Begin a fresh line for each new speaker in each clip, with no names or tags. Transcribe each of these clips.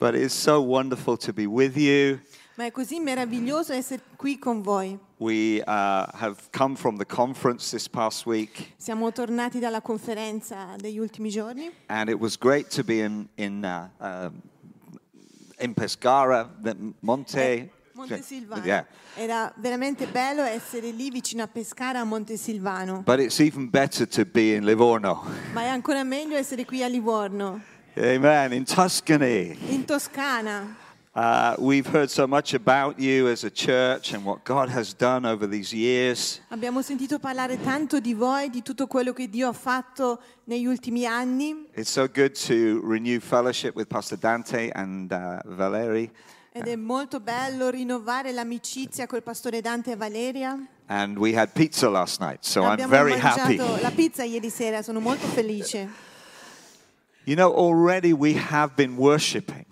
But it's so wonderful to be with you.
Ma è così meraviglioso essere qui con voi.
We uh, have come from the conference this past week,
Siamo tornati dalla conferenza degli ultimi giorni
and it was great to be in in uh, um, in Pescara, the Monte.
Eh, Montesilvano.
Yeah.
Era veramente bello essere lì vicino a Pescara a Montesilvano,
But it's even better to be in Livorno.
ma è ancora meglio essere qui a Livorno,
Amen. In Tuscany.
in Toscana.
Uh, we've heard so much about you as a church and what God has done over these years.
Abbiamo sentito parlare tanto di voi, di tutto quello che Dio ha fatto negli ultimi anni
It's so good to renew fellowship with Pastor Dante and uh, Valeri.
ed è molto bello rinnovare l'amicizia col pastore Dante e Valeria.
And we had pizza last night, so I'm
Abbiamo
very
mangiato
happy.
la pizza ieri sera, sono molto felice.
You know, already we have been worshiping.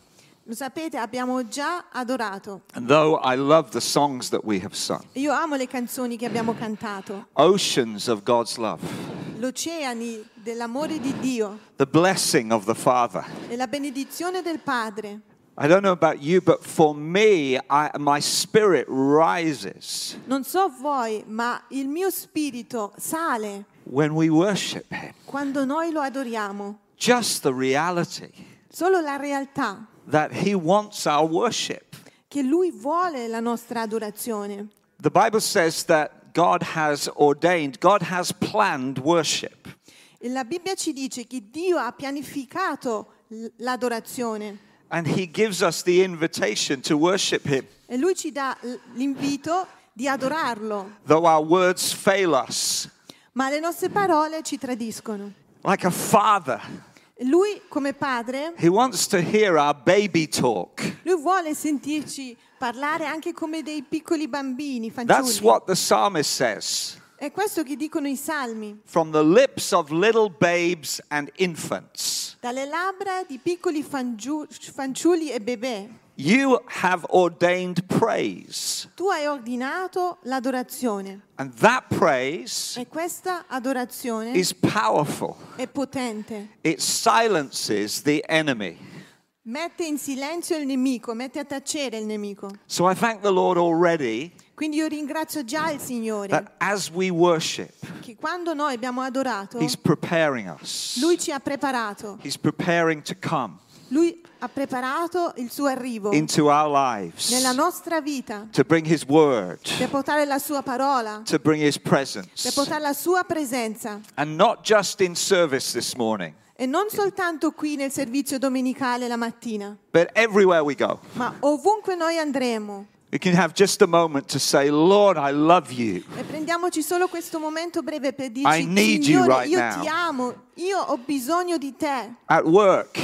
Lo sapete, abbiamo già adorato.
And though I love the songs that we have sung,
Io amo le canzoni che abbiamo cantato,
oceans of God's love,
l'oceani dell'amore di Dio
the blessing of the Father.
e la benedizione del Padre.
I don't know about you, but for me, I, my spirit rises
Non so voi, ma il mio spirito sale
when we worship Him.
quando noi lo adoriamo.
Just the reality
Solo la realtà
that He wants our worship.
che Lui vuole la nostra adorazione.
The Bible says that God has ordained, God has planned worship.
E la Bibbia ci dice che Dio ha pianificato l- l'adorazione
And He gives us the invitation to worship Him.
e Lui ci dà l- l'invito di adorarlo,
Though our words fail us,
ma le nostre parole ci tradiscono.
like a father,
Lui come padre
He wants to hear our baby talk.
Lui vuole sentirci parlare anche come dei piccoli bambini,
That's
fanciulli.
what the psalmist says.
È questo che dicono i salmi.
From the lips of little babes and infants,
Dalle labbra di piccoli fangiu- fanciulli e bebè,
you have ordained praise.
tu hai ordinato l'adorazione.
And that praise
E questa adorazione
is powerful.
è potente.
It silences the enemy.
Mette in silenzio il nemico, mette a tacere il nemico.
So I thank the Lord already
Quindi io ringrazio già il Signore
that as we worship,
che quando noi abbiamo adorato,
He's preparing us.
Lui ci ha preparato.
He's preparing to come
Lui ha preparato il suo arrivo
into our lives,
Oh. nella nostra vita.
to bring His word,
per portare la sua parola,
to bring His
per
presence.
portare la sua presenza
And not just in service this morning,
e non soltanto qui nel servizio domenicale la mattina,
but everywhere we go.
ma ovunque noi andremo.
We can have just a moment to say, Lord, I love you.
E prendiamoci solo questo momento breve per
I
dirci
need you
Signore,
right
io
now."
ti amo, io ho bisogno di te
At work,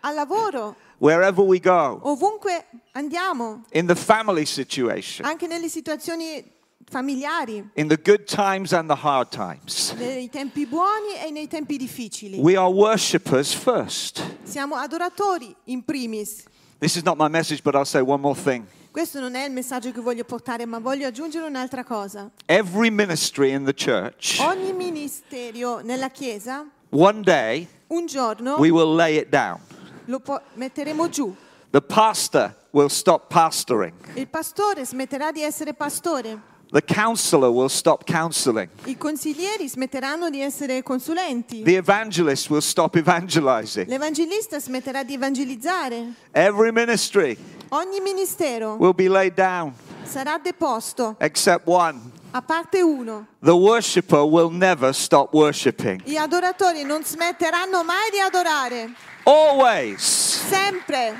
al lavoro,
wherever we go,
ovunque andiamo,
in the family situation,
anche nelle situazioni familiari,
in the good times and the hard times.
nei tempi buoni e nei tempi difficili.
We are worshippers first.
Siamo adoratori in primis.
This is not my message, but I'll say one more thing.
Questo non è il messaggio che voglio portare, ma voglio aggiungere un'altra cosa.
Every ministry in the church,
Ogni ministero nella Chiesa
one day
un giorno
we will lay it down.
lo po- metteremo giù.
The pastor will stop pastoring.
Il pastore smetterà di essere pastore,
The counselor will stop counseling.
i consiglieri smetteranno di essere consulenti,
The evangelist will stop evangelizing.
l'evangelista smetterà di evangelizzare.
Every ministry
Ogni ministero
will be laid down
sarà deposto,
except one.
a parte uno.
The worshiper will never stop worshiping.
Gli adoratori non smetteranno mai di adorare,
Always
sempre,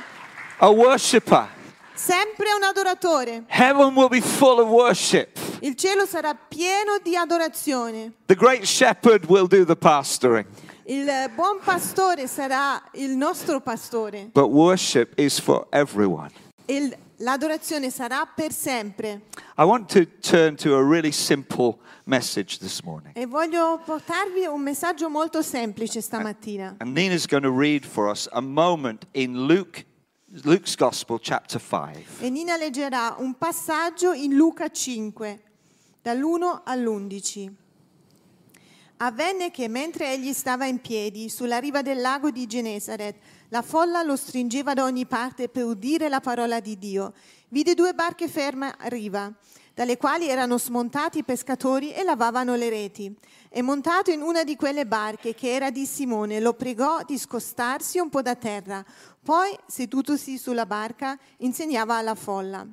a worshiper.
sempre un adoratore.
Heaven will be full of worship.
Il cielo sarà pieno di adorazione.
The great shepherd will do the pastoring.
Il buon pastore sarà il nostro pastore.
But worship is for everyone.
Il- l'adorazione sarà per sempre.
I want to turn to a really simple message this morning.
E voglio portarvi un messaggio molto semplice stamattina.
And Nina's going to read for us a moment in Luke, Luke's Gospel, chapter 5.
E Nina leggerà un passaggio in Luca 5, dall'1 all'11. Avvenne che mentre egli stava in piedi sulla riva del lago di Genesaret, la folla lo stringeva da ogni parte per udire la parola di Dio. Vide due barche ferme a riva, dalle quali erano smontati i pescatori e lavavano le reti. E montato in una di quelle barche, che era di Simone, lo pregò di scostarsi un po' da terra. Poi, sedutosi sulla barca, insegnava alla folla.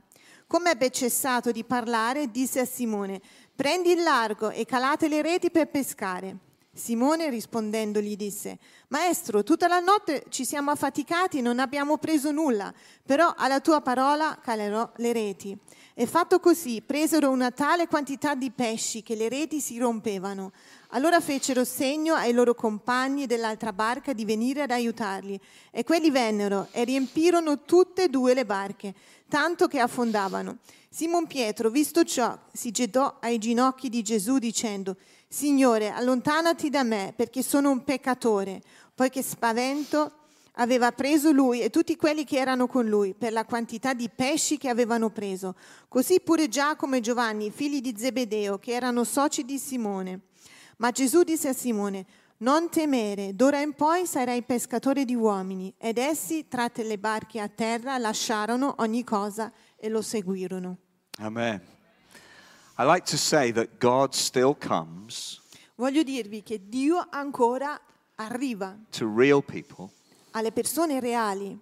Come ebbe cessato di parlare, disse a Simone, prendi il largo e calate le reti per pescare. Simone rispondendo gli disse, Maestro, tutta la notte ci siamo affaticati, non abbiamo preso nulla, però alla tua parola calerò le reti. E fatto così, presero una tale quantità di pesci che le reti si rompevano. Allora fecero segno ai loro compagni dell'altra barca di venire ad aiutarli, e quelli vennero e riempirono tutte e due le barche, tanto che affondavano. Simon Pietro, visto ciò, si gettò ai ginocchi di Gesù dicendo, Signore, allontanati da me, perché sono un peccatore, poiché spavento aveva preso lui e tutti quelli che erano con lui per la quantità di pesci che avevano preso, così pure Giacomo e Giovanni, figli di Zebedeo, che erano soci di Simone. Ma Gesù disse a Simone, non temere, d'ora in poi sarai pescatore di uomini. Ed essi, tratte le barche a terra, lasciarono ogni cosa e lo seguirono.
Amen. I like to say that God still comes
Voglio dirvi che Dio ancora arriva
to real people
alle persone reali,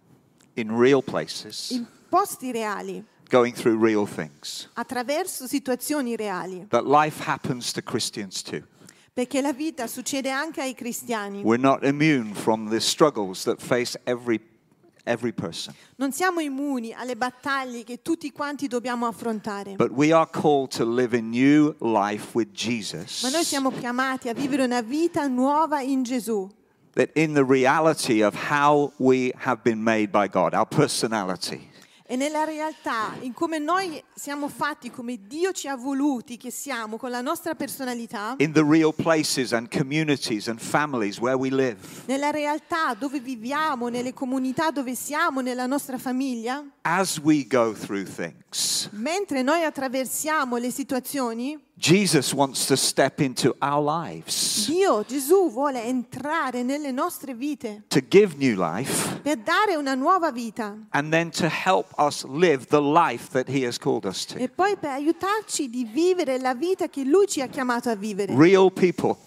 in real places,
in posti reali,
going through real things.
attraverso situazioni reali,
That life happens to Christians too.
perché la vita succede anche ai cristiani.
We're not immune from the struggles that face every, every person.
Non siamo immuni alle battaglie che tutti quanti dobbiamo affrontare,
But we are called to live a new life with
ma noi
Jesus.
siamo chiamati a vivere una vita nuova in Gesù.
That in the reality of how we have been made by God, our personality,
E nella realtà, in come noi siamo fatti, come Dio ci ha voluti che siamo, con la nostra personalità,
in the real places and communities and families where we live,
nella realtà dove viviamo, nelle comunità dove siamo, nella nostra famiglia,
as we go through things,
mentre noi attraversiamo le situazioni,
Jesus wants to step into our lives
Dio, Gesù, vuole entrare nelle nostre vite
to give new life
per dare una nuova vita
and then to help us live the life that He has called us to.
e poi per aiutarci di vivere la vita che Lui ci ha chiamato a vivere.
Real people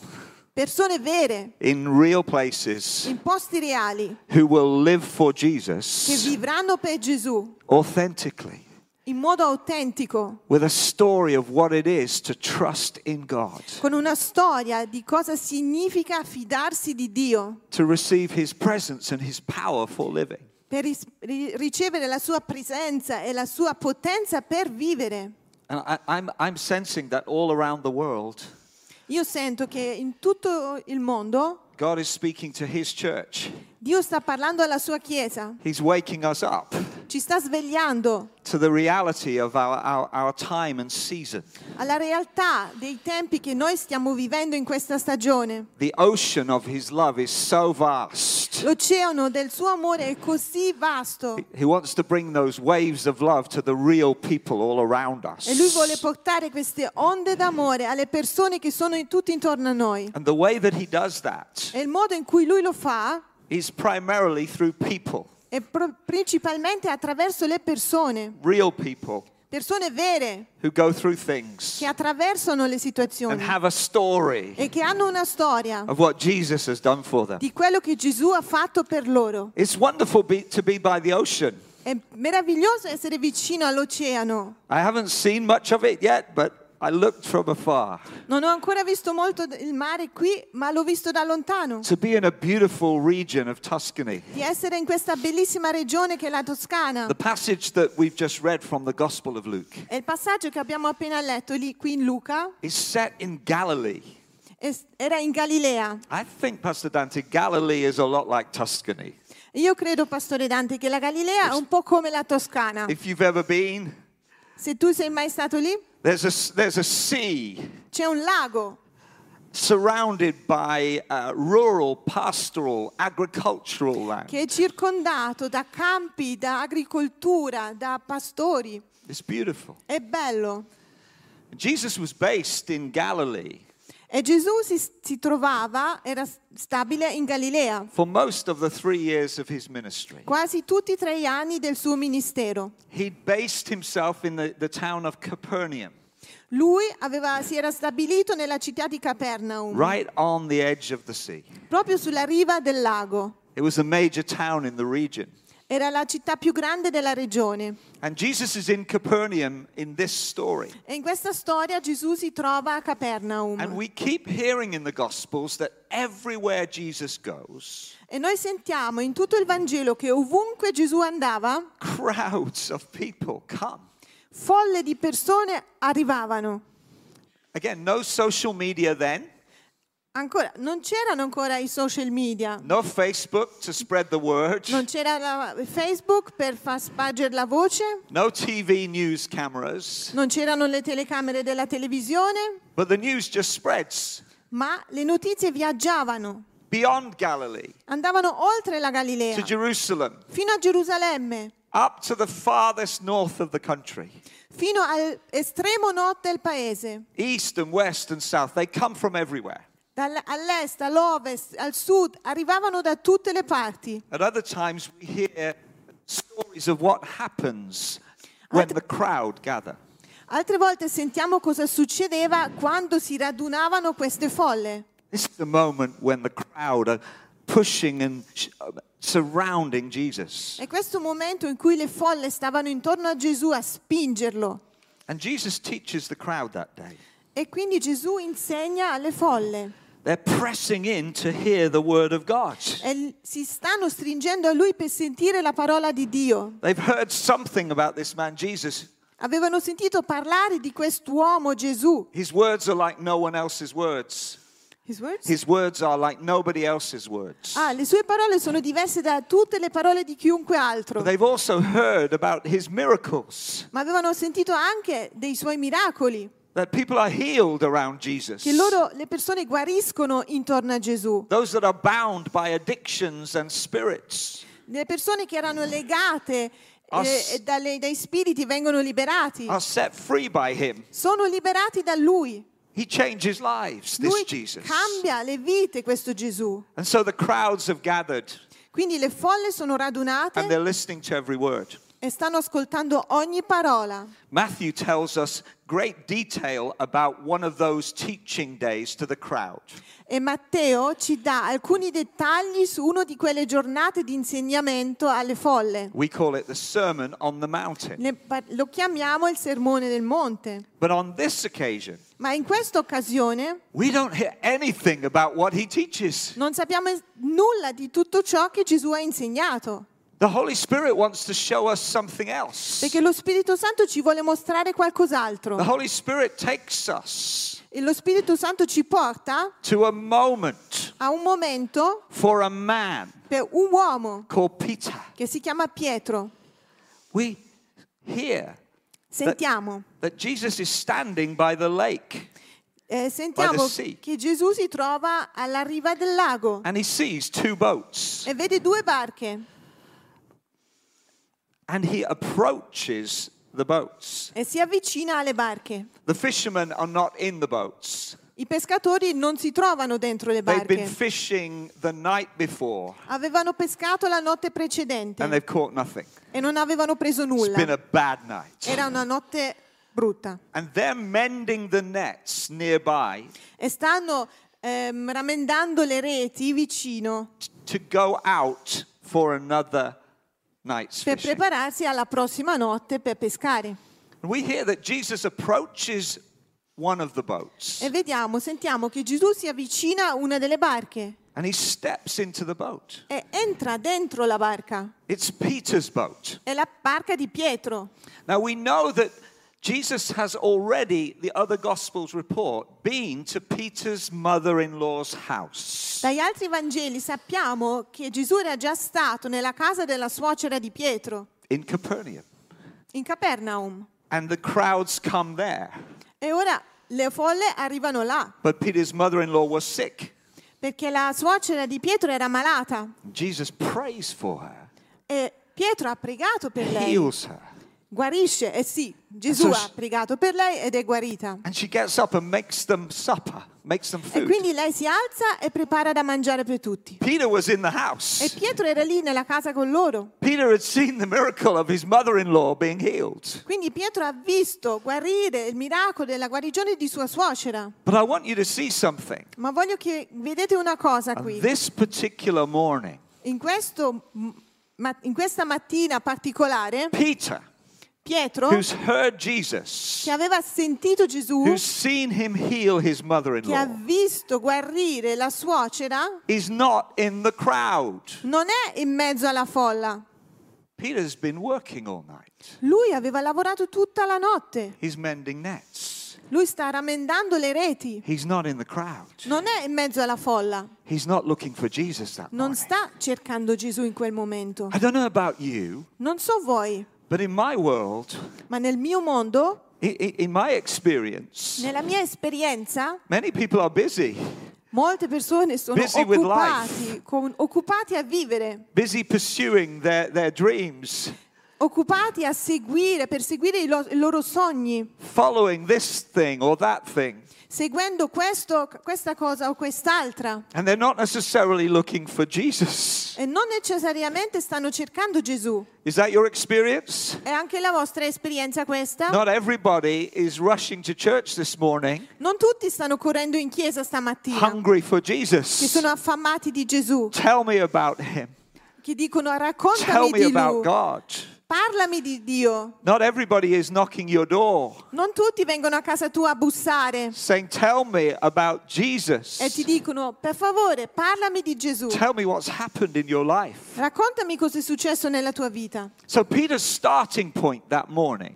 Persone vere,
in real places
in posti reali,
who will live for
che
Jesus
vivranno per Gesù
authentically
in modo autentico.
with a story of what it is to trust in God,
con una storia di cosa significa fidarsi di Dio
to receive His presence and His power for living.
per ris- ri- ricevere la sua presenza e la sua potenza per vivere.
And I, I'm, I'm sensing that all around the world,
Io sento che in tutto il mondo
God is speaking to His church.
Dio sta parlando alla sua Chiesa,
He's waking us up
ci sta svegliando
to the reality of our, our, our time and season.
alla realtà dei tempi che noi stiamo vivendo in questa stagione.
The ocean of His love is so vast.
L'oceano del suo amore è così vasto
He wants to bring those waves of love to the real people all around us.
e lui vuole portare queste onde d'amore alle persone che sono in- tutte intorno a noi.
And the way that He does that
E il modo in cui lui lo fa
is primarily through people,
e pro- principalmente attraverso le persone,
real people
persone vere
who go through things
che attraversano le
and
situazioni
have a story
e che hanno una storia
of what Jesus has done for them.
di quello che Gesù ha fatto per loro.
It's wonderful be, to be by the ocean.
È meraviglioso essere vicino all'oceano.
I haven't seen much of it yet, but I looked from afar.
Non ho ancora visto molto del mare qui, ma l'ho visto da lontano.
To be in a beautiful region of Tuscany.
Di essere in questa bellissima regione che è la Toscana.
The passage that we've just read from the Gospel of Luke
E il passaggio che abbiamo appena letto lì, qui in Luca
is set in Galilee.
es- era in Galilea.
I think, Pastor Dante, Galilee is a lot like Tuscany.
Io credo, Pastore Dante, che la Galilea è un po' come la Toscana.
If you've ever been,
Se tu sei mai stato lì,
there's a, s- there's a sea
c'è un lago
surrounded by uh, rural, pastoral, agricultural land.
che è circondato da campi, da agricoltura, da pastori.
It's beautiful.
È bello.
Jesus was based in Galilee,
E Gesù si, si trovava, era stabile in Galilea,
For most of the three years of his ministry,
quasi tutti i tre anni del suo ministero.
he based himself in the, the town of Capernaum,
Lui aveva- si era stabilito nella città di Capernaum,
right on the edge of the sea.
proprio sulla riva del lago.
It was a major town in the region.
Era la città più grande della regione.
And Jesus is in Capernaum in this story.
E in questa storia Gesù si trova a Capernaum.
And we keep hearing in the Gospels that everywhere Jesus goes,
E noi sentiamo in tutto il Vangelo che ovunque Gesù andava,
crowds of people come.
folle di persone arrivavano.
Again, no social media then,
Ancora, non c'erano ancora i social media,
no Facebook to spread the word,
non c'era la- Facebook per far spargere la voce,
no TV news cameras,
non c'erano le telecamere della televisione,
but the news just spreads
ma le notizie viaggiavano,
beyond Galilee
andavano oltre la
to
Galilea,
Jerusalem,
fino a Gerusalemme,
up to the farthest north of the country,
fino all'estremo nord del paese,
east and west and south. They come from everywhere.
dall- all'est, all'ovest, al sud, arrivavano da tutte le parti.
At other times, we hear stories of what happens when the crowd gather.
Altre volte sentiamo cosa succedeva quando si radunavano queste folle.
This is the moment when the crowd are pushing and sh- uh, surrounding Jesus.
È questo momento in cui le folle stavano intorno a Gesù a spingerlo.
And Jesus teaches the crowd that day.
E quindi Gesù insegna alle folle
They're pressing in to hear the word of God.
e l- si stanno stringendo a lui per sentire la parola di Dio.
They've heard something about this man, Jesus.
Avevano sentito parlare di quest'uomo Gesù.
His words are like no one else's words.
His words?
His words are like nobody else's words.
Ah, le sue parole sono diverse da tutte le parole di chiunque
But
altro,
they've also heard about his miracles,
ma avevano sentito anche dei suoi miracoli,
that people are healed around Jesus.
che loro, le persone guariscono intorno a Gesù.
Those that are bound by addictions and spirits
Le persone che erano legate
Ah,
eh,
s-
e dalle- dai spiriti vengono liberati,
are set free by him.
sono liberati da lui.
He changes lives, this
Lui
Jesus.
cambia le vite, questo Gesù.
And so the crowds have gathered
Quindi le folle sono
and
radunate
they're listening to every word.
e stanno ascoltando ogni parola.
Matthew tells us great detail about one of those teaching days to the crowd.
E Matteo ci dà alcuni dettagli su una di quelle giornate di insegnamento alle folle.
We call it the Sermon on the Mountain.
Ne par- lo chiamiamo il sermone del monte.
But on this occasion,
Ma in questa occasione
we don't hear anything about what he teaches.
non sappiamo es- nulla di tutto ciò che Gesù ha insegnato.
The Holy Spirit wants to show us something else.
Perché lo Spirito Santo ci vuole mostrare
The
qualcos'altro.
Holy Spirit takes us
E lo Spirito Santo ci porta
to a moment
a un momento
for a man
per un uomo
called Peter.
che si chiama Pietro.
We hear
Sentiamo,
that Jesus is standing by the lake
eh, sentiamo
the sea.
che Gesù si trova alla riva del lago
and he sees two boats
e vede due barche
and he approaches the boats.
e si avvicina alle barche.
The fishermen are not in the boats.
I pescatori non si trovano dentro le
They've been
barche.
fishing the night before
Avevano pescato la notte
and
precedente
they've caught nothing.
e non avevano preso
It's been a
nulla.
bad night.
Era una notte brutta.
And they're mending the nets nearby
e stanno ehm, rammendando le reti vicino
t- to go out for another night's
per
fishing.
prepararsi alla prossima notte per pescare.
And we hear that Jesus approaches one of the boats
E vediamo, sentiamo che Gesù si avvicina a una delle barche
and he steps into the boat.
e entra dentro la barca.
It's Peter's boat.
È la barca di Pietro.
Now we know that Jesus has already, the other Gospels report, been to Peter's mother in law's house.
Dagli altri Vangeli sappiamo che Gesù era già stato nella casa della suocera di Pietro,
in Capernaum.
in Capernaum.
And the crowds come there.
E ora le folle arrivano là,
But Peter's mother in law was sick.
perché la suocera di Pietro era malata.
Jesus prays for her,
E Pietro ha pregato per lei.
heals her.
Guarisce, eh sì, Gesù
So
ha
she-
pregato per lei ed è guarita.
And she gets up and makes them supper, makes them
E
food.
quindi lei si alza e prepara da mangiare per tutti.
Peter was in the
E
house.
Pietro era lì nella casa con loro.
Peter had seen the miracle of his mother in law being healed.
Quindi Pietro ha visto guarire il miracolo della guarigione di sua suocera.
But I want you to see something.
Ma voglio che vedete una cosa
And
qui.
this particular morning,
In, questo, ma- in questa mattina particolare,
Peter,
Pietro,
who's heard Jesus,
che aveva sentito Gesù,
who's seen him heal his mother in
che ha
law,
visto guarire la suocera,
is not in the crowd.
non è in mezzo alla folla.
Peter's been working all night,
Lui aveva lavorato tutta la notte.
he's mending nets.
Lui sta ramendando le reti.
He's not in the crowd.
Non è in mezzo alla folla.
He's not looking for Jesus that
Non
morning.
sta cercando Gesù in quel momento.
I don't know about you,
Non so voi,
but in my world,
ma nel mio mondo,
i- i- in my experience,
nella mia esperienza,
many people are busy,
molte persone sono
Busy with
occupati, con- occupati a vivere,
busy pursuing their, their dreams,
occupati a seguire, perseguire i, lo- i loro sogni,
following this thing or that thing.
seguendo questo, questa cosa o quest'altra.
And they're not necessarily looking for Jesus.
E non necessariamente stanno cercando Gesù.
Is that your experience?
È anche la vostra esperienza questa?
Not everybody is rushing to church this morning
Non tutti stanno correndo in chiesa stamattina,
hungry for
che
Jesus.
sono affamati di Gesù,
Tell me about him.
che dicono
Tell
raccontami
me
di
about
Lui,
God.
parlami di Dio.
Not everybody is knocking your door
Non tutti vengono a casa tua a bussare
saying, Tell me about
e ti
Jesus.
dicono per favore parlami di Gesù,
Tell me what's happened in your life.
raccontami cosa è successo nella tua vita.
So, Peter's starting point that morning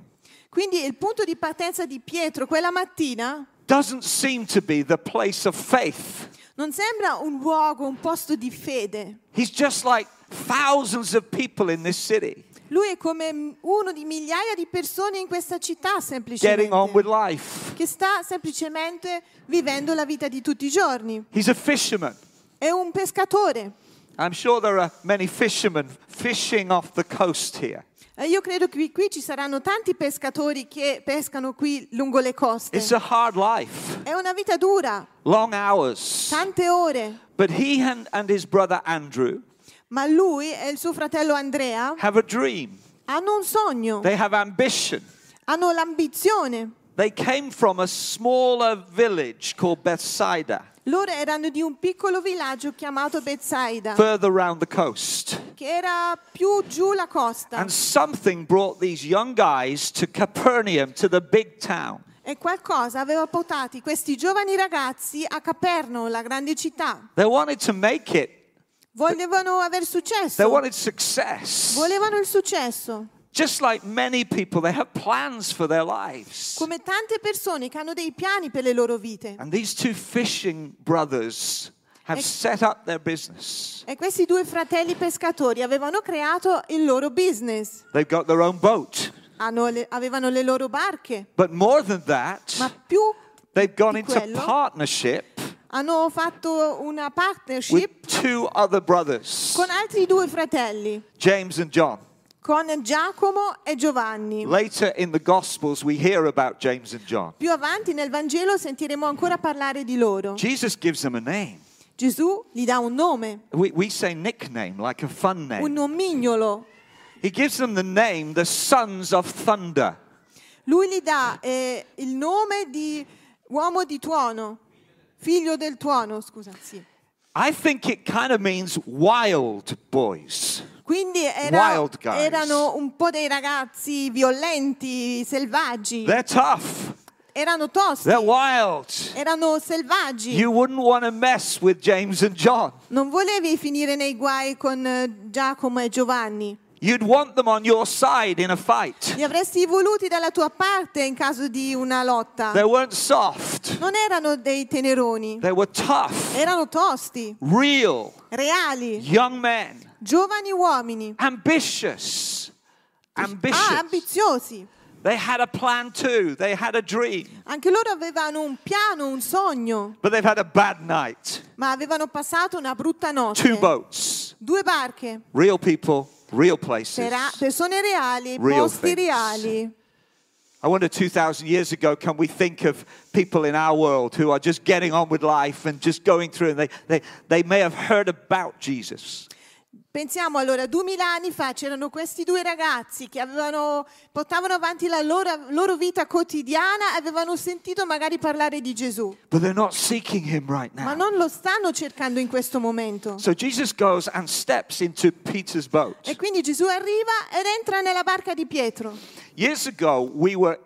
Quindi il punto di partenza di Pietro quella mattina
doesn't seem to be the place of faith.
non sembra un luogo, un posto di fede.
He's just like thousands of people in this city
Lui è come uno di migliaia di persone in questa città
getting on with
semplicemente,
life.
che sta semplicemente vivendo la vita di tutti i giorni.
He's a fisherman.
È un pescatore.
I'm sure there are many fishermen fishing off the coast here.
E Io credo che qui ci saranno tanti pescatori che pescano qui lungo le coste.
It's a hard life,
È una vita dura,
long hours.
tante ore,
But he and, and his brother Andrew
ma lui e il suo fratello Andrea
have a dream,
hanno un sogno,
they have ambition.
hanno l'ambizione.
They came from a smaller village called Bethsaida,
Loro erano di un piccolo villaggio chiamato Bethsaida,
further round the coast.
che era più giù la costa.
And something brought these young guys to Capernaum, to the big town.
E qualcosa aveva portati questi giovani ragazzi a Caperno, la grande città.
They wanted to make it,
Volevano aver
they
successo.
wanted success.
Volevano il successo.
Just like many people, they have plans for their lives.
Come tante persone che hanno dei piani per le loro vite.
And these two fishing brothers have set up their business.
E questi due fratelli pescatori avevano creato il loro business.
They've got their own boat.
Hanno le- avevano le loro barche.
But more than
Ma
that,
più
they've gone
di
into
quello-
partnership
hanno fatto una partnership
with two other brothers,
con altri due fratelli,
James and John.
con Giacomo e Giovanni.
Later in the Gospels, we hear about James and John.
Più avanti nel Vangelo sentiremo ancora parlare di loro.
Jesus gives them a name.
Gesù gli dà un nome,
We, we say nickname, like a fun
un
name.
nomignolo.
He gives them the name, the Sons of Thunder.
Lui gli dà eh, il nome di uomo di tuono, figlio del tuono, scusa, sì.
I think it kind of means wild boys.
Quindi era-
Wild guys.
erano un po' dei ragazzi violenti, selvaggi,
They're tough,
erano tosti,
they're wild.
erano selvaggi.
You wouldn't want to mess with James and John.
Non volevi finire nei guai con eh, Giacomo e Giovanni.
You'd want them on your side in a fight.
Li avresti voluti dalla tua parte in caso di una lotta.
They weren't soft,
Non erano dei teneroni,
they were tough,
erano tosti,
real,
reali,
young men,
giovani uomini,
ambitious.
ah,
Ambitious.
ambiziosi.
They had a plan too, they had a dream,
Anche loro avevano un piano, un sogno,
but they've had a bad night.
ma avevano passato una brutta
Two
notte.
boats,
Due barche,
real people, real places.
Pera- persone reali,
Real
posti
things.
reali.
I wonder 2,000 years ago, can we think of people in our world who are just getting on with life and just going through, and they, they, they may have heard about Jesus.
Pensiamo allora, duemila anni fa c'erano questi due ragazzi che avevano, portavano avanti la loro, loro vita quotidiana, avevano sentito magari parlare di Gesù,
But they're not seeking him right
ma
now.
non lo stanno cercando in questo momento.
So Jesus goes and steps into Peter's boat.
E quindi Gesù arriva ed entra nella barca di Pietro.
Years ago, we were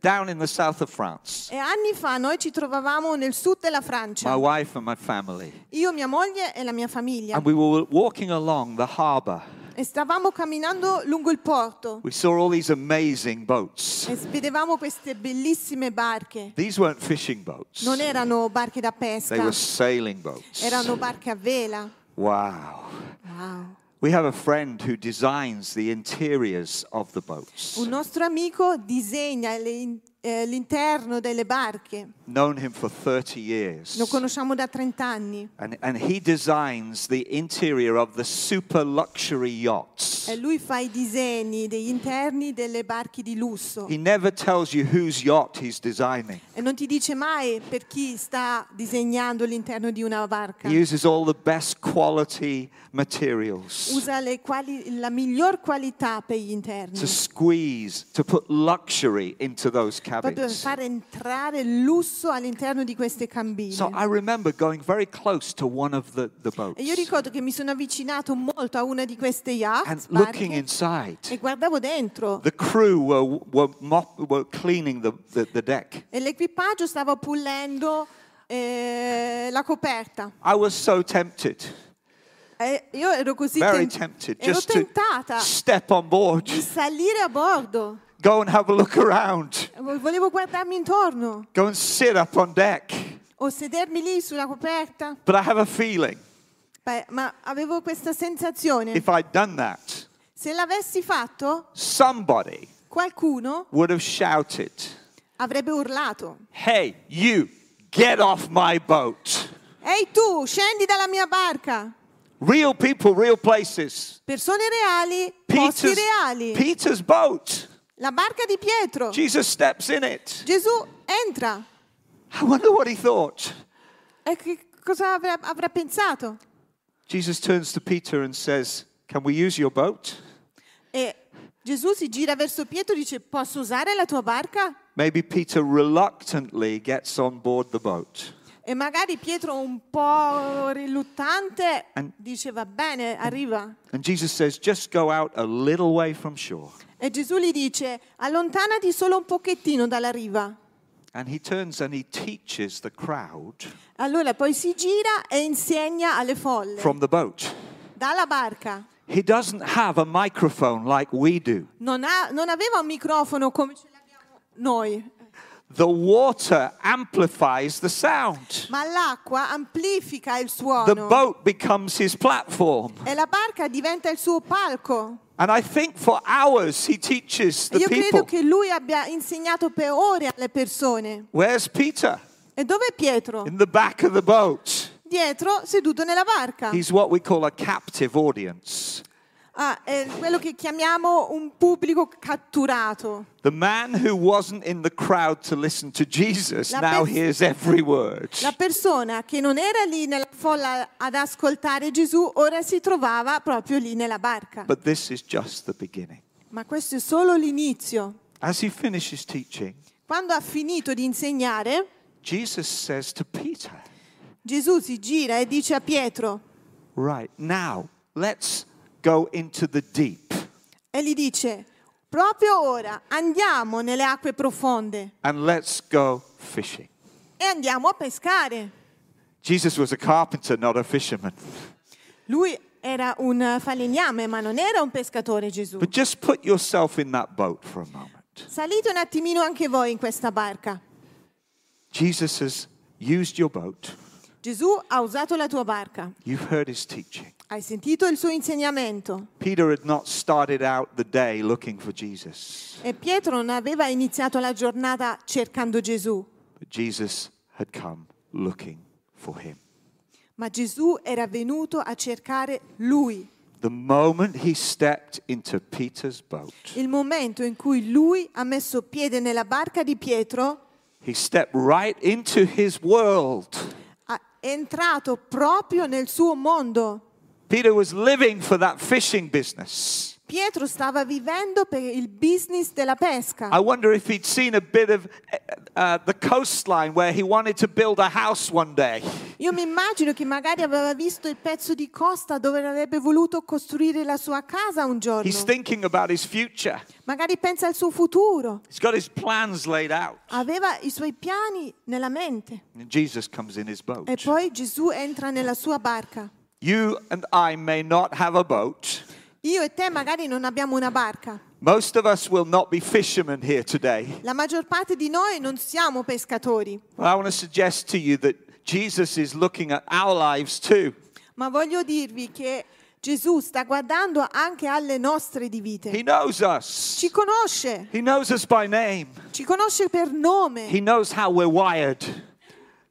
down in the south of France,
E anni fa noi ci trovavamo nel sud della
my
Francia,
wife and my family,
io, mia moglie e la mia famiglia,
and we were walking along the harbor.
e stavamo camminando lungo il porto
We saw all these amazing boats.
e vedevamo queste bellissime barche.
These weren't fishing boats,
Non erano barche da
they
pesca,
were sailing boats.
erano barche a vela.
Wow.
Wow.
We have a friend who designs the interiors of the boats.
Un nostro amico disegna le in- eh, l'interno delle barche,
Known him for 30 years.
lo conosciamo da 30 anni.
And, and he designs the interior of the super luxury yachts.
E lui fa i disegni degli interni delle barche di lusso
He never tells you whose yacht he's designing.
e non ti dice mai per chi sta disegnando l'interno di una barca.
He uses all the best quality materials
Usa le quali- la miglior qualità per gli interni,
to squeeze, to put luxry into those
proprio per
cabins.
far entrare il lusso all'interno di queste cambine.
So I remember going very close to one of the, the
e
boats
io ricordo che mi sono avvicinato molto a una di queste
and
yacht barche,
looking inside.
e guardavo dentro.
The crew were, were, mop, were cleaning the, the, the deck.
E l'equipaggio stava pulendo eh, la coperta.
I was so tempted,
E io ero così
very
ten-
tempted,
ero
just to
tentata
step on board,
di salire a bordo.
go and have a look around,
Volevo guardarmi intorno
go and sit up on deck.
o sedermi lì sulla coperta.
But I have a feeling
Beh, ma avevo questa sensazione.
if I'd done that,
Se l'avessi fatto,
somebody
qualcuno
would have shouted,
avrebbe urlato.
Hey, you, get off my boat.
Ehi tu, scendi dalla mia barca.
Real people, real places.
Persone reali, posti
Peter's,
reali.
Peter's boat.
La barca di Pietro.
Jesus steps in it.
Gesù entra.
I wonder what he thought.
E che cosa avrà, avrà pensato?
Jesus turns to Peter and says, Can we use your boat?
E Gesù si gira verso Pietro e dice: Posso usare la tua barca?
Maybe Peter reluctantly gets on board the boat.
E magari Pietro, un po' riluttante,
And-
dice: Va bene, arriva.
And Jesus says, Just go out a little way from shore.
E Gesù gli dice: Allontanati solo un pochettino dalla riva.
And he turns and he teaches the crowd
Allora poi si gira e insegna alle folle
from the boat.
dalla barca.
He doesn't have a microphone like we do.
Non, ha- non aveva un microfono come ce l'abbiamo noi,
The water amplifies the sound,
ma l'acqua amplifica il
the
suono
boat becomes his platform.
e la barca diventa il suo palco.
And I think for hours he teaches the
Io credo
people.
che lui abbia insegnato per ore alle persone.
Where's Peter?
E dove è Pietro?
In the back of the boat.
Dietro, seduto nella barca.
He's what we call a captive audience.
Ah, è quello che chiamiamo un pubblico catturato.
The man who wasn't in the crowd to listen to Jesus
La
now
pers-
hears every word.
La persona che non era lì nella folla ad ascoltare Gesù, ora si trovava proprio lì nella barca.
But this is just the beginning.
Ma questo è solo l'inizio.
As he finishes teaching,
Quando ha finito di insegnare,
Jesus says to Peter,
Gesù si gira e dice a Pietro,
Right now, let's go into the deep
e gli dice, proprio ora andiamo nelle acque profonde
and let's go fishing.
e andiamo a pescare.
Jesus was a carpenter, not a fisherman.
Lui era un falegname, ma non era un pescatore Gesù.
But just put yourself in that boat for a moment.
Salite un attimino anche voi in questa barca.
Jesus has used your boat,
Gesù ha usato la tua barca,
you've heard his teaching.
hai sentito il suo insegnamento
Peter had not started out the day looking for Jesus,
e Pietro non aveva iniziato la giornata cercando Gesù,
but Jesus had come looking for him.
ma Gesù era venuto a cercare lui.
The moment he stepped into Peter's boat,
Il momento in cui lui ha messo piede nella barca di Pietro
he stepped right into his world.
ha- è entrato proprio nel suo mondo.
Peter was living for that fishing business.
Pietro stava vivendo per il business della pesca.
I wonder if he'd seen a bit of uh, uh, the coastline where he wanted to build a house one day.
Io mi immagino che magari aveva visto il pezzo di costa dove avrebbe voluto costruire la sua casa un giorno.
He's thinking about his future.
Magari pensa al suo futuro.
He's got his plans laid out.
Aveva i suoi piani nella mente.
And Jesus comes in his boat.
E poi Gesù entra nella sua barca.
You and I may not have a boat.
Io e te magari non abbiamo una barca.
Most of us will not be fishermen here today.
La maggior parte di noi non siamo pescatori.
But I want to suggest to you that Jesus is looking at our lives too.
Ma voglio dirvi che Gesù sta guardando anche alle nostre di
He
vite.
knows us.
Ci conosce,
He knows us by name.
ci conosce per nome.
He knows how we're wired,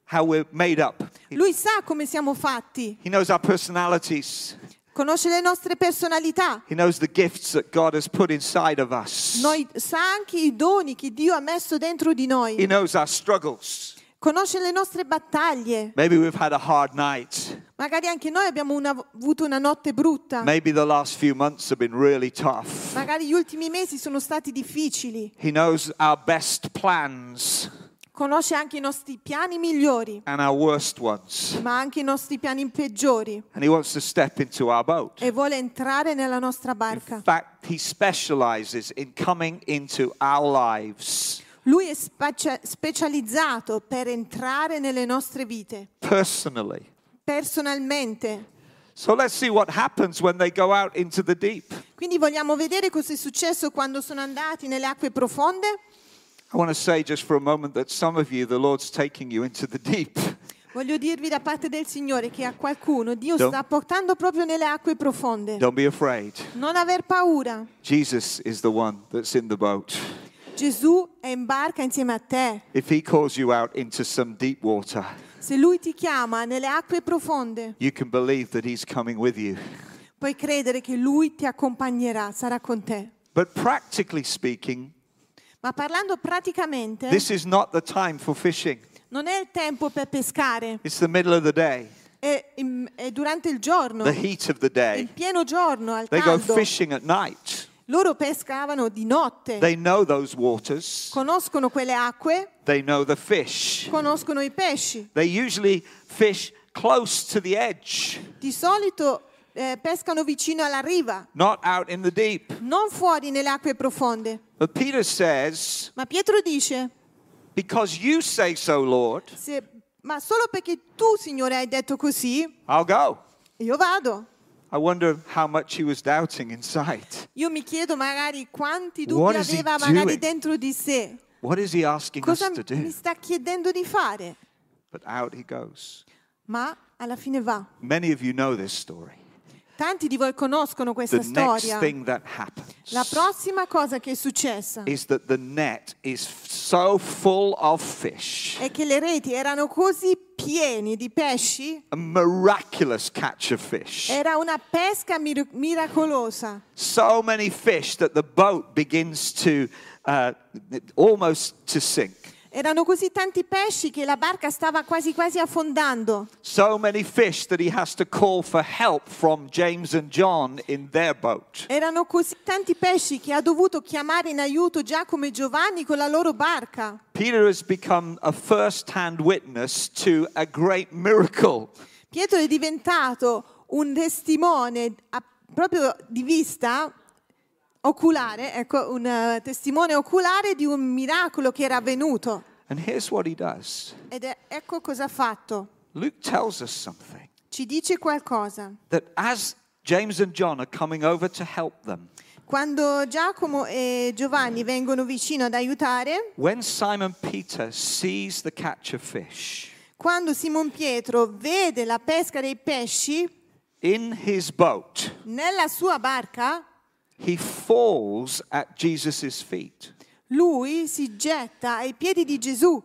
how we're made up.
Lui sa come siamo fatti,
He knows our personalities.
conosce le nostre personalità.
He knows the gifts that God has put inside of us.
Noi, sa anche i doni che Dio ha messo dentro di
He
noi,
knows our struggles.
conosce le nostre battaglie.
Maybe we've had a hard night.
Magari anche noi abbiamo una- avuto una notte brutta,
Maybe the last few months have been really tough.
magari gli ultimi mesi sono stati difficili.
He knows our best plans
Conosce anche i nostri piani migliori,
and our worst ones.
ma anche i nostri piani peggiori
And He wants to step into our boat.
e vuole entrare nella nostra barca.
In fact, He specializes in coming into our lives
Lui è spacia- specializzato per entrare nelle nostre vite,
personally.
personalmente.
So let's see what happens when they go out into the deep.
Quindi vogliamo vedere cosa è successo quando sono andati nelle acque profonde.
I want to say just for a moment that some of you, the Lord's taking you into the deep.
Voglio dirvi da parte del Signore che a qualcuno Dio
Don't-
sta portando proprio nelle acque profonde.
Don't be afraid.
Non aver paura.
Jesus is the one that's in the boat.
Gesù è in barca insieme a te.
If He calls you out into some deep water,
Se Lui ti chiama nelle acque profonde,
you can believe that He's coming with you.
puoi credere che Lui ti accompagnerà, sarà con te.
But practically speaking,
Ma parlando praticamente,
this is not the time for fishing.
non è il tempo per pescare,
It's the middle of the day,
è, in- è durante il giorno,
the heat of the
il
day.
pieno giorno, al
They go
caldo.
fishing at night.
Loro pescavano di notte,
They know those waters,
conoscono quelle acque,
they know the fish.
conoscono i pesci.
They usually fish close to the edge,
Di solito eh, pescano vicino alla riva,
not out in the deep.
non fuori nelle acque profonde.
But Peter says,
Ma Pietro dice,
Because you say so, Lord,
se- ma solo perché tu, Signore, hai detto così,
I'll go.
io vado.
I wonder how much he was doubting inside.
Io mi chiedo magari quanti
What
dubbi
is he
aveva magari
doing?
dentro di sé.
What is he asking us
Cosa
to
mi
do?
sta chiedendo di fare?
But out he goes.
Ma alla fine va.
Many of you know this story.
Tanti di voi conoscono questa
The next
storia.
thing that happens
La prossima cosa che è successa
is that the net is f- so full of fish,
è che le reti erano così piene di pesci,
a miraculous catch of fish,
era una pesca mir- miracolosa.
so many fish that the boat begins to uh, almost to sink.
Erano così tanti pesci che la barca stava quasi quasi affondando.
So many fish that he has to call for help from James and John in their boat.
Erano così tanti pesci che ha dovuto chiamare in aiuto Giacomo e Giovanni con la loro barca.
Peter has become a first-hand witness to a great miracle.
Pietro è diventato un testimone a- proprio di vista oculare, ecco, un eh, testimone oculare di un miracolo che era avvenuto.
And here's what he does.
Ed è- ecco cosa ha fatto.
Luke tells us something.
Ci dice qualcosa.
that as James and John are coming over to help them,
Quando Giacomo e Giovanni vengono vicino ad aiutare,
when Simon Peter sees the catch of fish
quando Simon Pietro vede la pesca dei pesci
in his boat,
nella sua barca,
he falls at Jesus' feet.
lui si getta ai piedi di Gesù.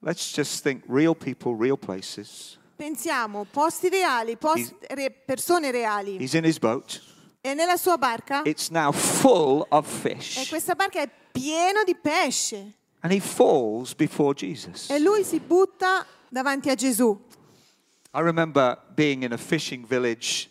Let's just think real people, real places.
pensiamo, posti reali, post- re- persone reali.
He's in his boat.
E nella sua barca,
It's now full of
e
fish.
questa barca è piena di pesce.
And he falls before Jesus.
E lui si butta davanti a Gesù.
I remember being in a fishing village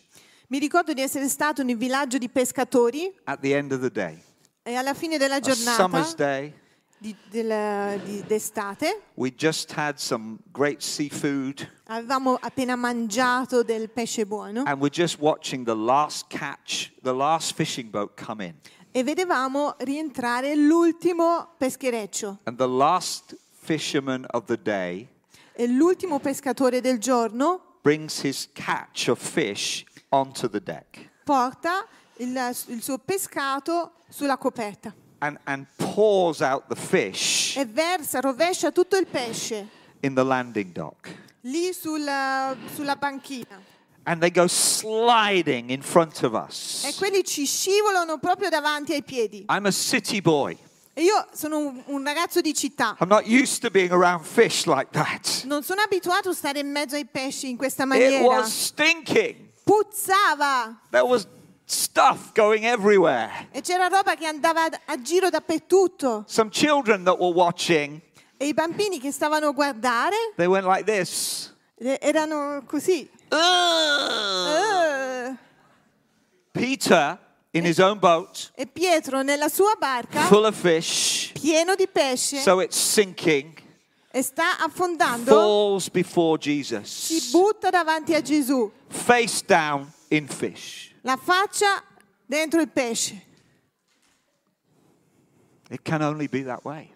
Mi ricordo di essere stato nel villaggio di pescatori
at the end of the day.
e alla fine della
A summer's
giornata
day.
di- della- di- d'estate
We just had some great seafood
avevamo appena mangiato del pesce buono
and we're just watching the last catch, the last fishing boat come in.
e vedevamo rientrare l'ultimo peschereccio.
And the last fisherman of the day
E l'ultimo pescatore del giorno
brings his catch of fish onto the deck
porta il, il suo pescato sulla coperta
and, and pours out the fish
e versa, rovescia tutto il pesce
in the landing dock.
lì sulla, sulla banchina.
And they go sliding in front of
E
us.
quelli ci scivolano proprio davanti ai piedi.
I'm a city boy.
E io sono un, un ragazzo di città.
I'm not used to being around fish like that.
Non sono abituato a stare in mezzo ai pesci in questa
It
maniera.
was stinking.
Puzzava
There was stuff going everywhere.
e c'era roba che andava a- a giro dappertutto.
Some children that were watching,
E i bambini che stavano a guardare
they went like this.
eh, erano così. Eh.
Peter in his own boat,
E Pietro nella sua barca,
full of fish,
pieno di pesce,
so it's sinking,
e sta affondando,
falls before
si
Jesus,
butta davanti a Gesù,
face down in fish.
la faccia dentro il pesce.
It can only be that way.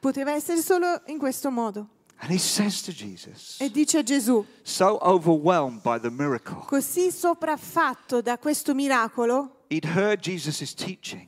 Poteva essere solo in questo modo.
And he says to Jesus,
E dice a Gesù,
so overwhelmed by the miracle,
così sopraffatto da questo miracolo,
he'd heard Jesus' teaching.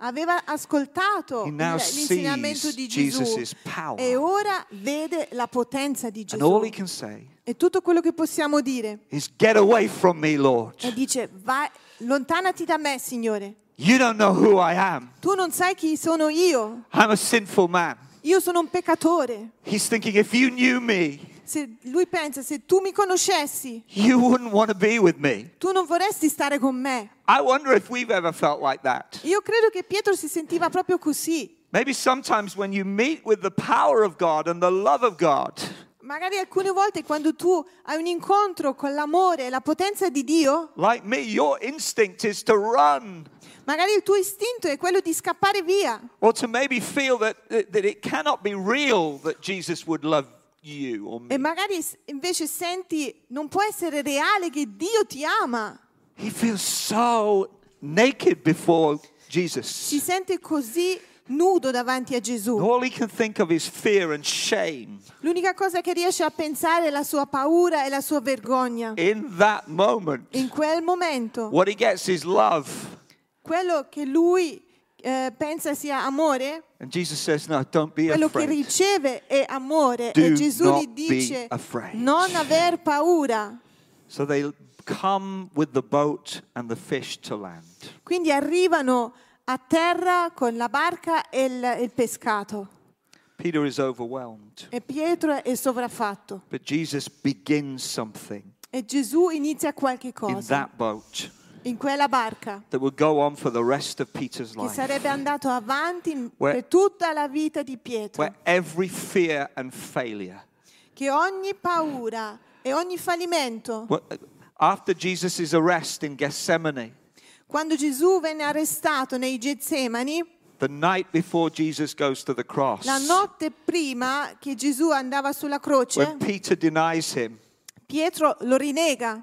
aveva ascoltato
He
il-
now
l'insegnamento
sees
di Gesù
Jesus' power.
e ora vede la potenza di
And all
Gesù.
he can say
E tutto quello che possiamo dire
is, Get away from me, Lord.
è dice, vai, lontanati da me, Signore.
You don't know who I am.
Tu non sai chi sono io,
I'm a sinful man.
Io sono un peccatore.
He's thinking, If you knew me,
Se lui pensa, se tu mi conoscessi,
you wouldn't want to be with me.
tu non vorresti stare con me.
I wonder if we've ever felt like that.
Io credo che Pietro si sentiva proprio così.
Maybe sometimes when you meet with the power of God and the love of God,
Magari alcune volte quando tu hai un incontro con l'amore e la potenza di Dio,
like me, your instinct is to run
magari il tuo istinto è quello di scappare via
or to maybe feel that, that, that it cannot be real that Jesus would love you or
e
me.
magari s- invece senti non può essere reale che Dio ti ama.
He feels so naked before Jesus.
Si sente così nudo davanti a
And
Gesù.
all he can think of is fear and shame.
L'unica cosa che riesce a pensare è la sua paura e la sua vergogna.
In that moment,
In quel momento
what he gets is love.
quello che lui eh, pensa sia amore,
And Jesus says, No, don't be
quello che
afraid.
riceve è amore.
Do
e Gesù
not
gli dice
be afraid.
non aver paura.
So they come with the boat and the fish to land.
Quindi arrivano a terra con la barca e il, il pescato.
Peter is overwhelmed.
E Pietro è sovraffatto.
But Jesus begins something
E Gesù inizia qualche
in
cosa
that boat
in quella barca
that will go on for the rest of Peter's
che
life.
sarebbe andato avanti
Where-
per tutta la vita di Pietro.
Where every fear and failure.
Che ogni paura e ogni fallimento,
Well, After Jesus' arrest in Gethsemane,
quando Gesù venne arrestato nei Getsemani,
the night before Jesus goes to the cross,
La notte prima che Gesù andava sulla croce,
when Peter denies him,
Pietro lo rinega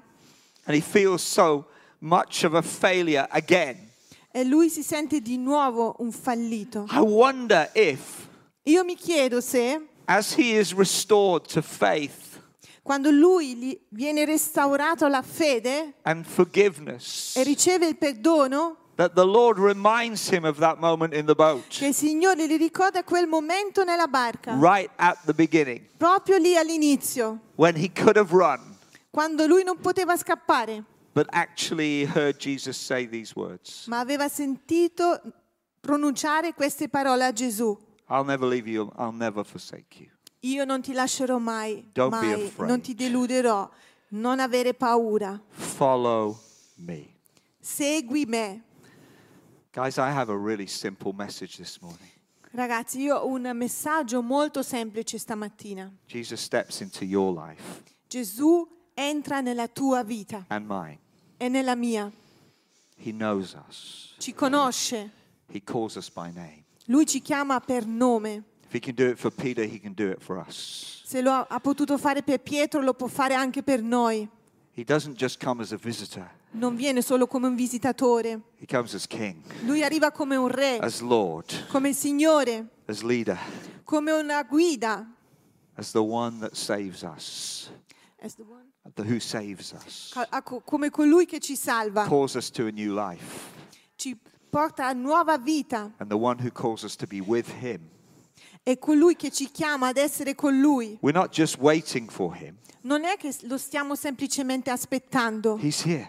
and he feels so much of a failure again.
e lui si sente di nuovo un fallito.
I wonder if,
Io mi chiedo se
as he is restored to faith
quando lui gli viene restaurato la fede
and forgiveness,
e riceve il perdono,
that the Lord reminds him of that moment in the boat,
che il Signore gli ricorda quel momento nella barca,
right at the beginning,
proprio lì all'inizio,
when he could have run,
quando lui non poteva scappare,
but actually he heard Jesus say these words
ma aveva sentito pronunciare queste parole a Gesù.
I'll never leave you, I'll never forsake you.
Io non ti lascerò mai,
Don't be
mai,
afraid.
non ti deluderò, non avere paura.
Follow me.
Segui me.
Guys, I have a really simple message this morning.
Ragazzi, io ho un messaggio molto semplice stamattina.
Jesus steps into your life
Gesù entra nella tua vita
and mine.
e nella mia.
He knows us,
Ci conosce.
He calls us by name.
Lui ci chiama per nome.
If He can do it for Peter, He can do it for us.
Se lo ha, ha potuto fare per Pietro, lo può fare anche per noi.
He doesn't just come as a visitor,
Non viene solo come un visitatore.
He comes as King,
Lui arriva come un re,
as Lord,
come Signore,
as leader,
come una guida.
as the one that saves us, the who saves us,
Ca- a co- Come colui che ci salva,
calls us to a new life,
ci porta a nuova vita.
and the one who calls us to be with Him.
È colui che ci chiama ad essere con lui.
We're not just waiting for Him,
Non è che s- lo stiamo semplicemente aspettando.
He's here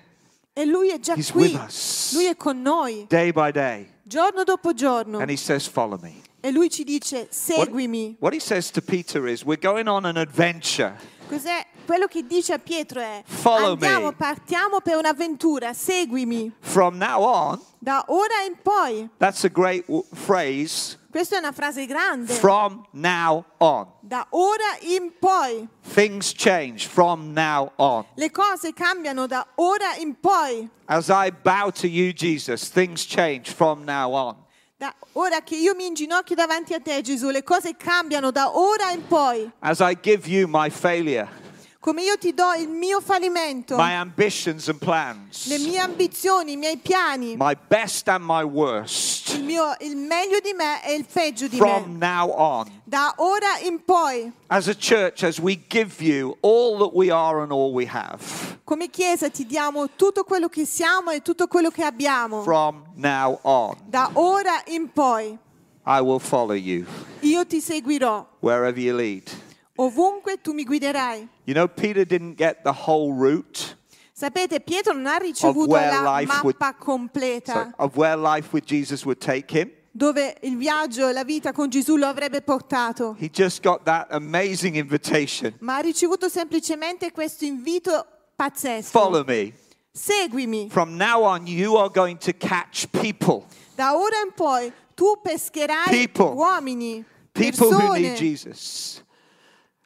E lui è già
He's
qui.
with us.
Lui è con noi,
day by day,
giorno dopo giorno.
and He says, Follow me.
E lui ci dice,
What-
seguimi.
what he says to Peter is, We're going on an adventure.
Cos'è? Quello che dice a Pietro è,
Follow
andiamo,
me."
partiamo per un'avventura, seguimi.
From now on,
Da ora in poi.
that's a great w- phrase.
Questa è una frase grande.
From now on.
da ora in poi.
Things change from now on.
Le cose cambiano da ora in poi.
As I bow to you, Jesus, things change from now on.
Da ora che io mi inginocchio davanti a te, Gesù, le cose cambiano da ora in poi.
As I give you my failure,
Come io ti do il mio fallimento,
my ambitions and
le
plans,
mie ambizioni, i miei piani,
my best and my worst,
il, mio, il meglio di me e il peggio di me.
from now on.
Da ora in poi,
As a church, as we give you all that we are and all we have,
come Chiesa ti diamo tutto quello che siamo e tutto quello che abbiamo.
from now on.
Da ora in poi
I will follow you
io ti seguirò,
wherever you lead.
ovunque tu mi guiderai.
You know, Peter didn't get the whole route
Sapete, Pietro non ha ricevuto
where
la
life
mappa
would-
completa
so, of where life with Jesus would take him.
dove il viaggio e la vita con Gesù lo avrebbe portato,
He just got that amazing invitation
ma ha ricevuto semplicemente questo invito pazzesco.
Follow me.
Seguimi.
From now on, you are going to catch people.
Da ora in poi tu pescherai
People.
uomini,
People who
persone,
need Jesus.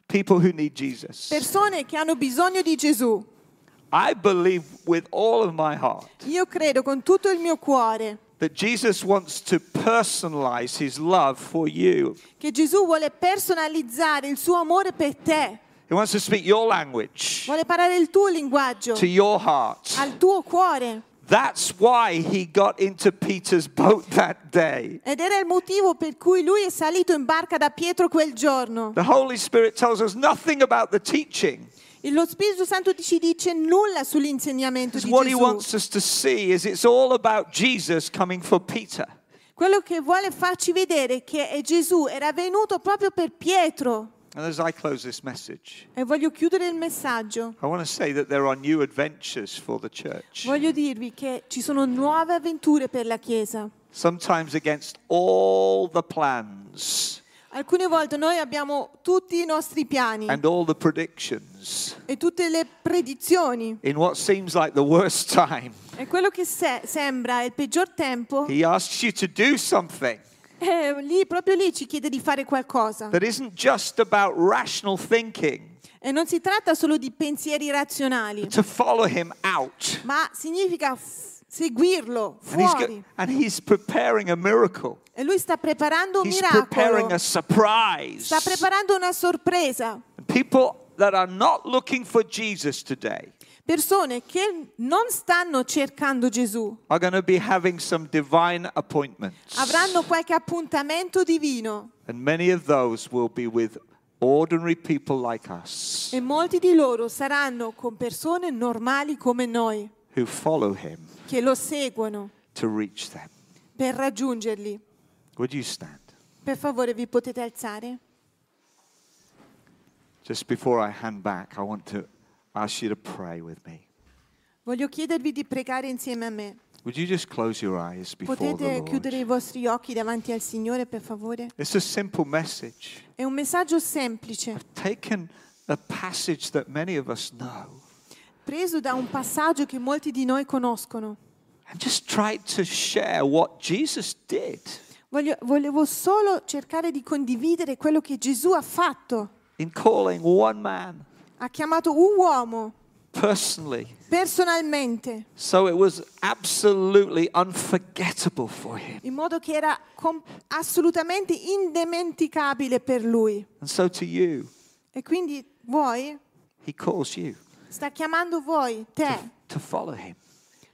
People who need Jesus.
persone che hanno bisogno di Gesù.
I believe with all of my heart
Io credo con tutto il mio cuore
that Jesus wants to personalize his love for you.
che Gesù vuole personalizzare il suo amore per te,
He wants to speak your language
vuole parlare il tuo linguaggio
to your heart.
al tuo cuore.
That's why he got into Peter's boat that day.
Ed era il motivo per cui lui è salito in barca da Pietro quel giorno.
The Holy Spirit tells us nothing about the teaching.
E Lo Spirito Santo ci dice nulla sull'insegnamento di
What he
Gesù.
wants us to see is it's all about Jesus coming for Peter.
Quello che vuole farci vedere è che è Gesù era venuto proprio per Pietro.
And as I close this message,
E voglio chiudere il messaggio.
I want to say that there are new adventures for the church,
Voglio dirvi che ci sono nuove avventure per la Chiesa.
sometimes against all the plans
Alcune volte noi abbiamo tutti i nostri piani
and all the predictions
e tutte le predizioni.
in what seems like the worst time.
E quello che se- sembra il peggior tempo,
He asks you to do something
eh, lì, proprio lì ci chiede di fare qualcosa.
that isn't just about rational thinking.
E non si tratta solo di pensieri razionali,
to follow him out.
ma significa f- seguirlo
And he's, go-
fuori.
and he's preparing a miracle.
E lui sta preparando un
He's preparing
miracolo,
a surprise.
sta preparando una sorpresa.
People that are not looking for Jesus today
Persone che non stanno cercando Gesù
are going to be having some divine appointments.
avranno qualche appuntamento divino
And many of those will be with ordinary people like us
e molti di loro saranno con persone normali come noi
who follow him
che lo seguono
to reach them.
per raggiungerli.
Would you stand?
Per favore, vi potete alzare?
Just before I hand back, I want to ask you to pray with me.
Voglio chiedervi di pregare insieme a me.
Would you just close your eyes before the
Potete chiudere i
Lord?
vostri occhi davanti al Signore, per favore?
It's a simple message.
È un messaggio semplice,
I've taken a passage that many of us know
preso da un passaggio che molti di noi conoscono.
and just tried to share what Jesus did
Voglio- volevo solo cercare di condividere quello che Gesù ha fatto.
in calling one man
Ha chiamato un uomo
personally.
personalmente,
So it was absolutely unforgettable for him.
in modo che era com- assolutamente indimenticabile per lui.
And so to you,
E quindi voi,
he calls you
sta chiamando voi, te,
to follow him.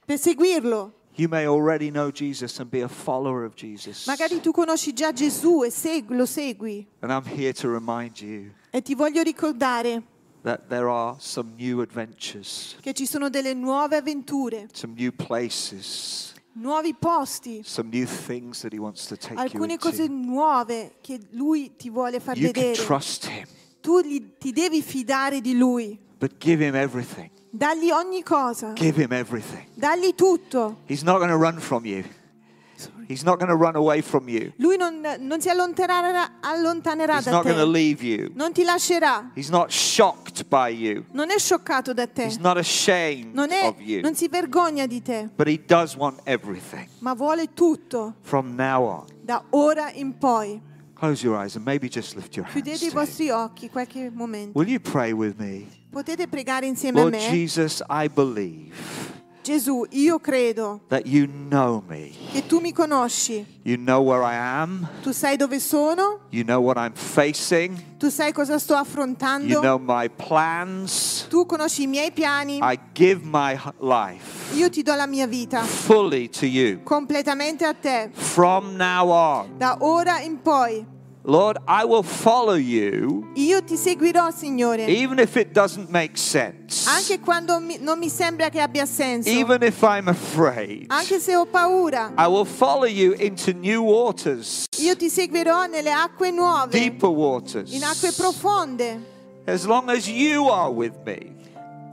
per seguirlo.
You may already know Jesus and be a follower of Jesus.
Magari tu conosci già Gesù e seg- lo segui.
And I'm here to remind you
E ti voglio ricordare
that there are some new adventures,
che ci sono delle nuove avventure,
some new places,
nuovi posti,
some new things that he wants to take you
alcune cose
into.
nuove che lui ti vuole far
You can
vedere.
trust him,
Tu gli- ti devi fidare di lui.
but give him everything.
Dagli ogni cosa,
Give him everything.
dagli tutto.
He's not going to run from you. He's not going to run away from you.
Lui non, non si allontanerà, allontanerà
He's
da
not going to
te,
leave you.
non ti lascerà,
He's not shocked by you.
non è scioccato da
He's
te,
not ashamed
non, è-
of you.
non si vergogna di te,
But he does want everything
ma vuole tutto
from now on.
da ora in poi.
Close your eyes and maybe just lift your hands.
Chiudete i
to him.
vostri occhi qualche momento.
Will you pray with me?
Potete pregare insieme a
Lord
me.
Jesus, I believe
Gesù, io credo
that you know me.
che tu mi conosci,
You know where I am.
tu sai dove sono,
You know what I'm facing.
tu sai cosa sto
You
affrontando,
know my plans.
tu conosci i miei piani,
I give my h- life
io ti do la mia vita
fully to you
completamente a te,
from now on.
da ora in poi.
Lord, I will follow you
Io ti seguirò, Signore,
even if it doesn't make sense.
anche quando mi- non mi sembra che abbia senso,
Even if I'm afraid,
anche se ho paura.
I will follow you into new waters,
Io ti seguirò nelle acque nuove,
deeper waters.
in acque profonde,
As long as you are with me,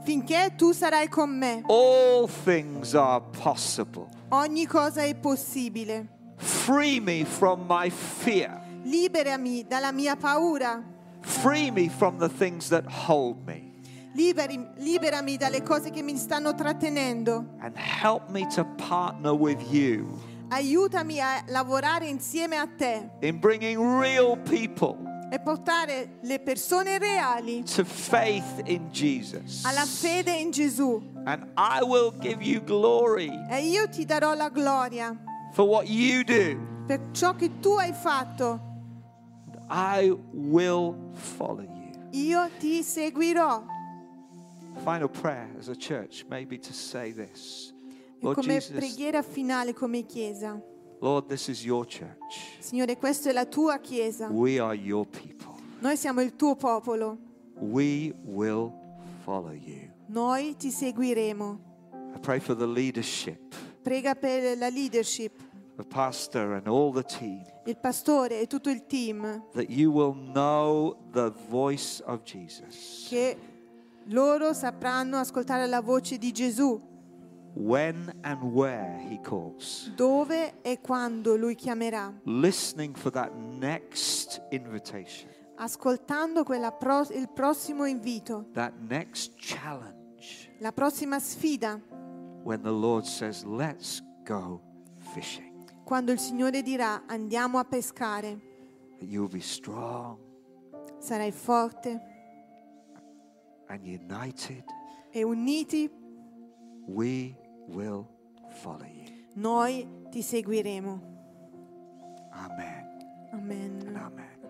finché tu sarai con me.
all things are possible.
Ogni cosa è possibile.
Free me from my fear.
Liberami dalla mia paura.
Free me from the things that hold me.
Liberi- liberami dalle cose che mi stanno trattenendo.
And help me to partner with you
Aiutami a lavorare insieme a te
in bringing real people
e portare le persone reali
to faith in Jesus.
alla fede in Gesù.
And I will give you glory
E io ti darò la gloria
for what you do.
per ciò che tu hai fatto.
I will follow you.
Io ti seguirò.
Final prayer as a church, maybe to say this
E
Lord
come
Jesus,
preghiera finale, come Chiesa.
Lord, this is your church.
Signore, questa è la tua Chiesa.
We are your people.
Noi siamo il tuo popolo.
We will follow you.
Noi ti seguiremo.
I pray for the leadership,
Prega per la leadership,
the pastor, and all the team
il pastore e tutto il team.
that you will know the voice of Jesus
che loro sapranno ascoltare la voce di Gesù
when and where he calls.
dove e quando lui chiamerà,
Listening for that next invitation,
ascoltando quella pro- il prossimo invito,
that next challenge.
la prossima sfida,
when the Lord says, Let's go fishing.
quando il Signore dirà andiamo a pescare,
That you'll be strong
sarai forte
and united.
e uniti
We will follow you.
noi ti seguiremo.
Amen.
Amen.
Amen.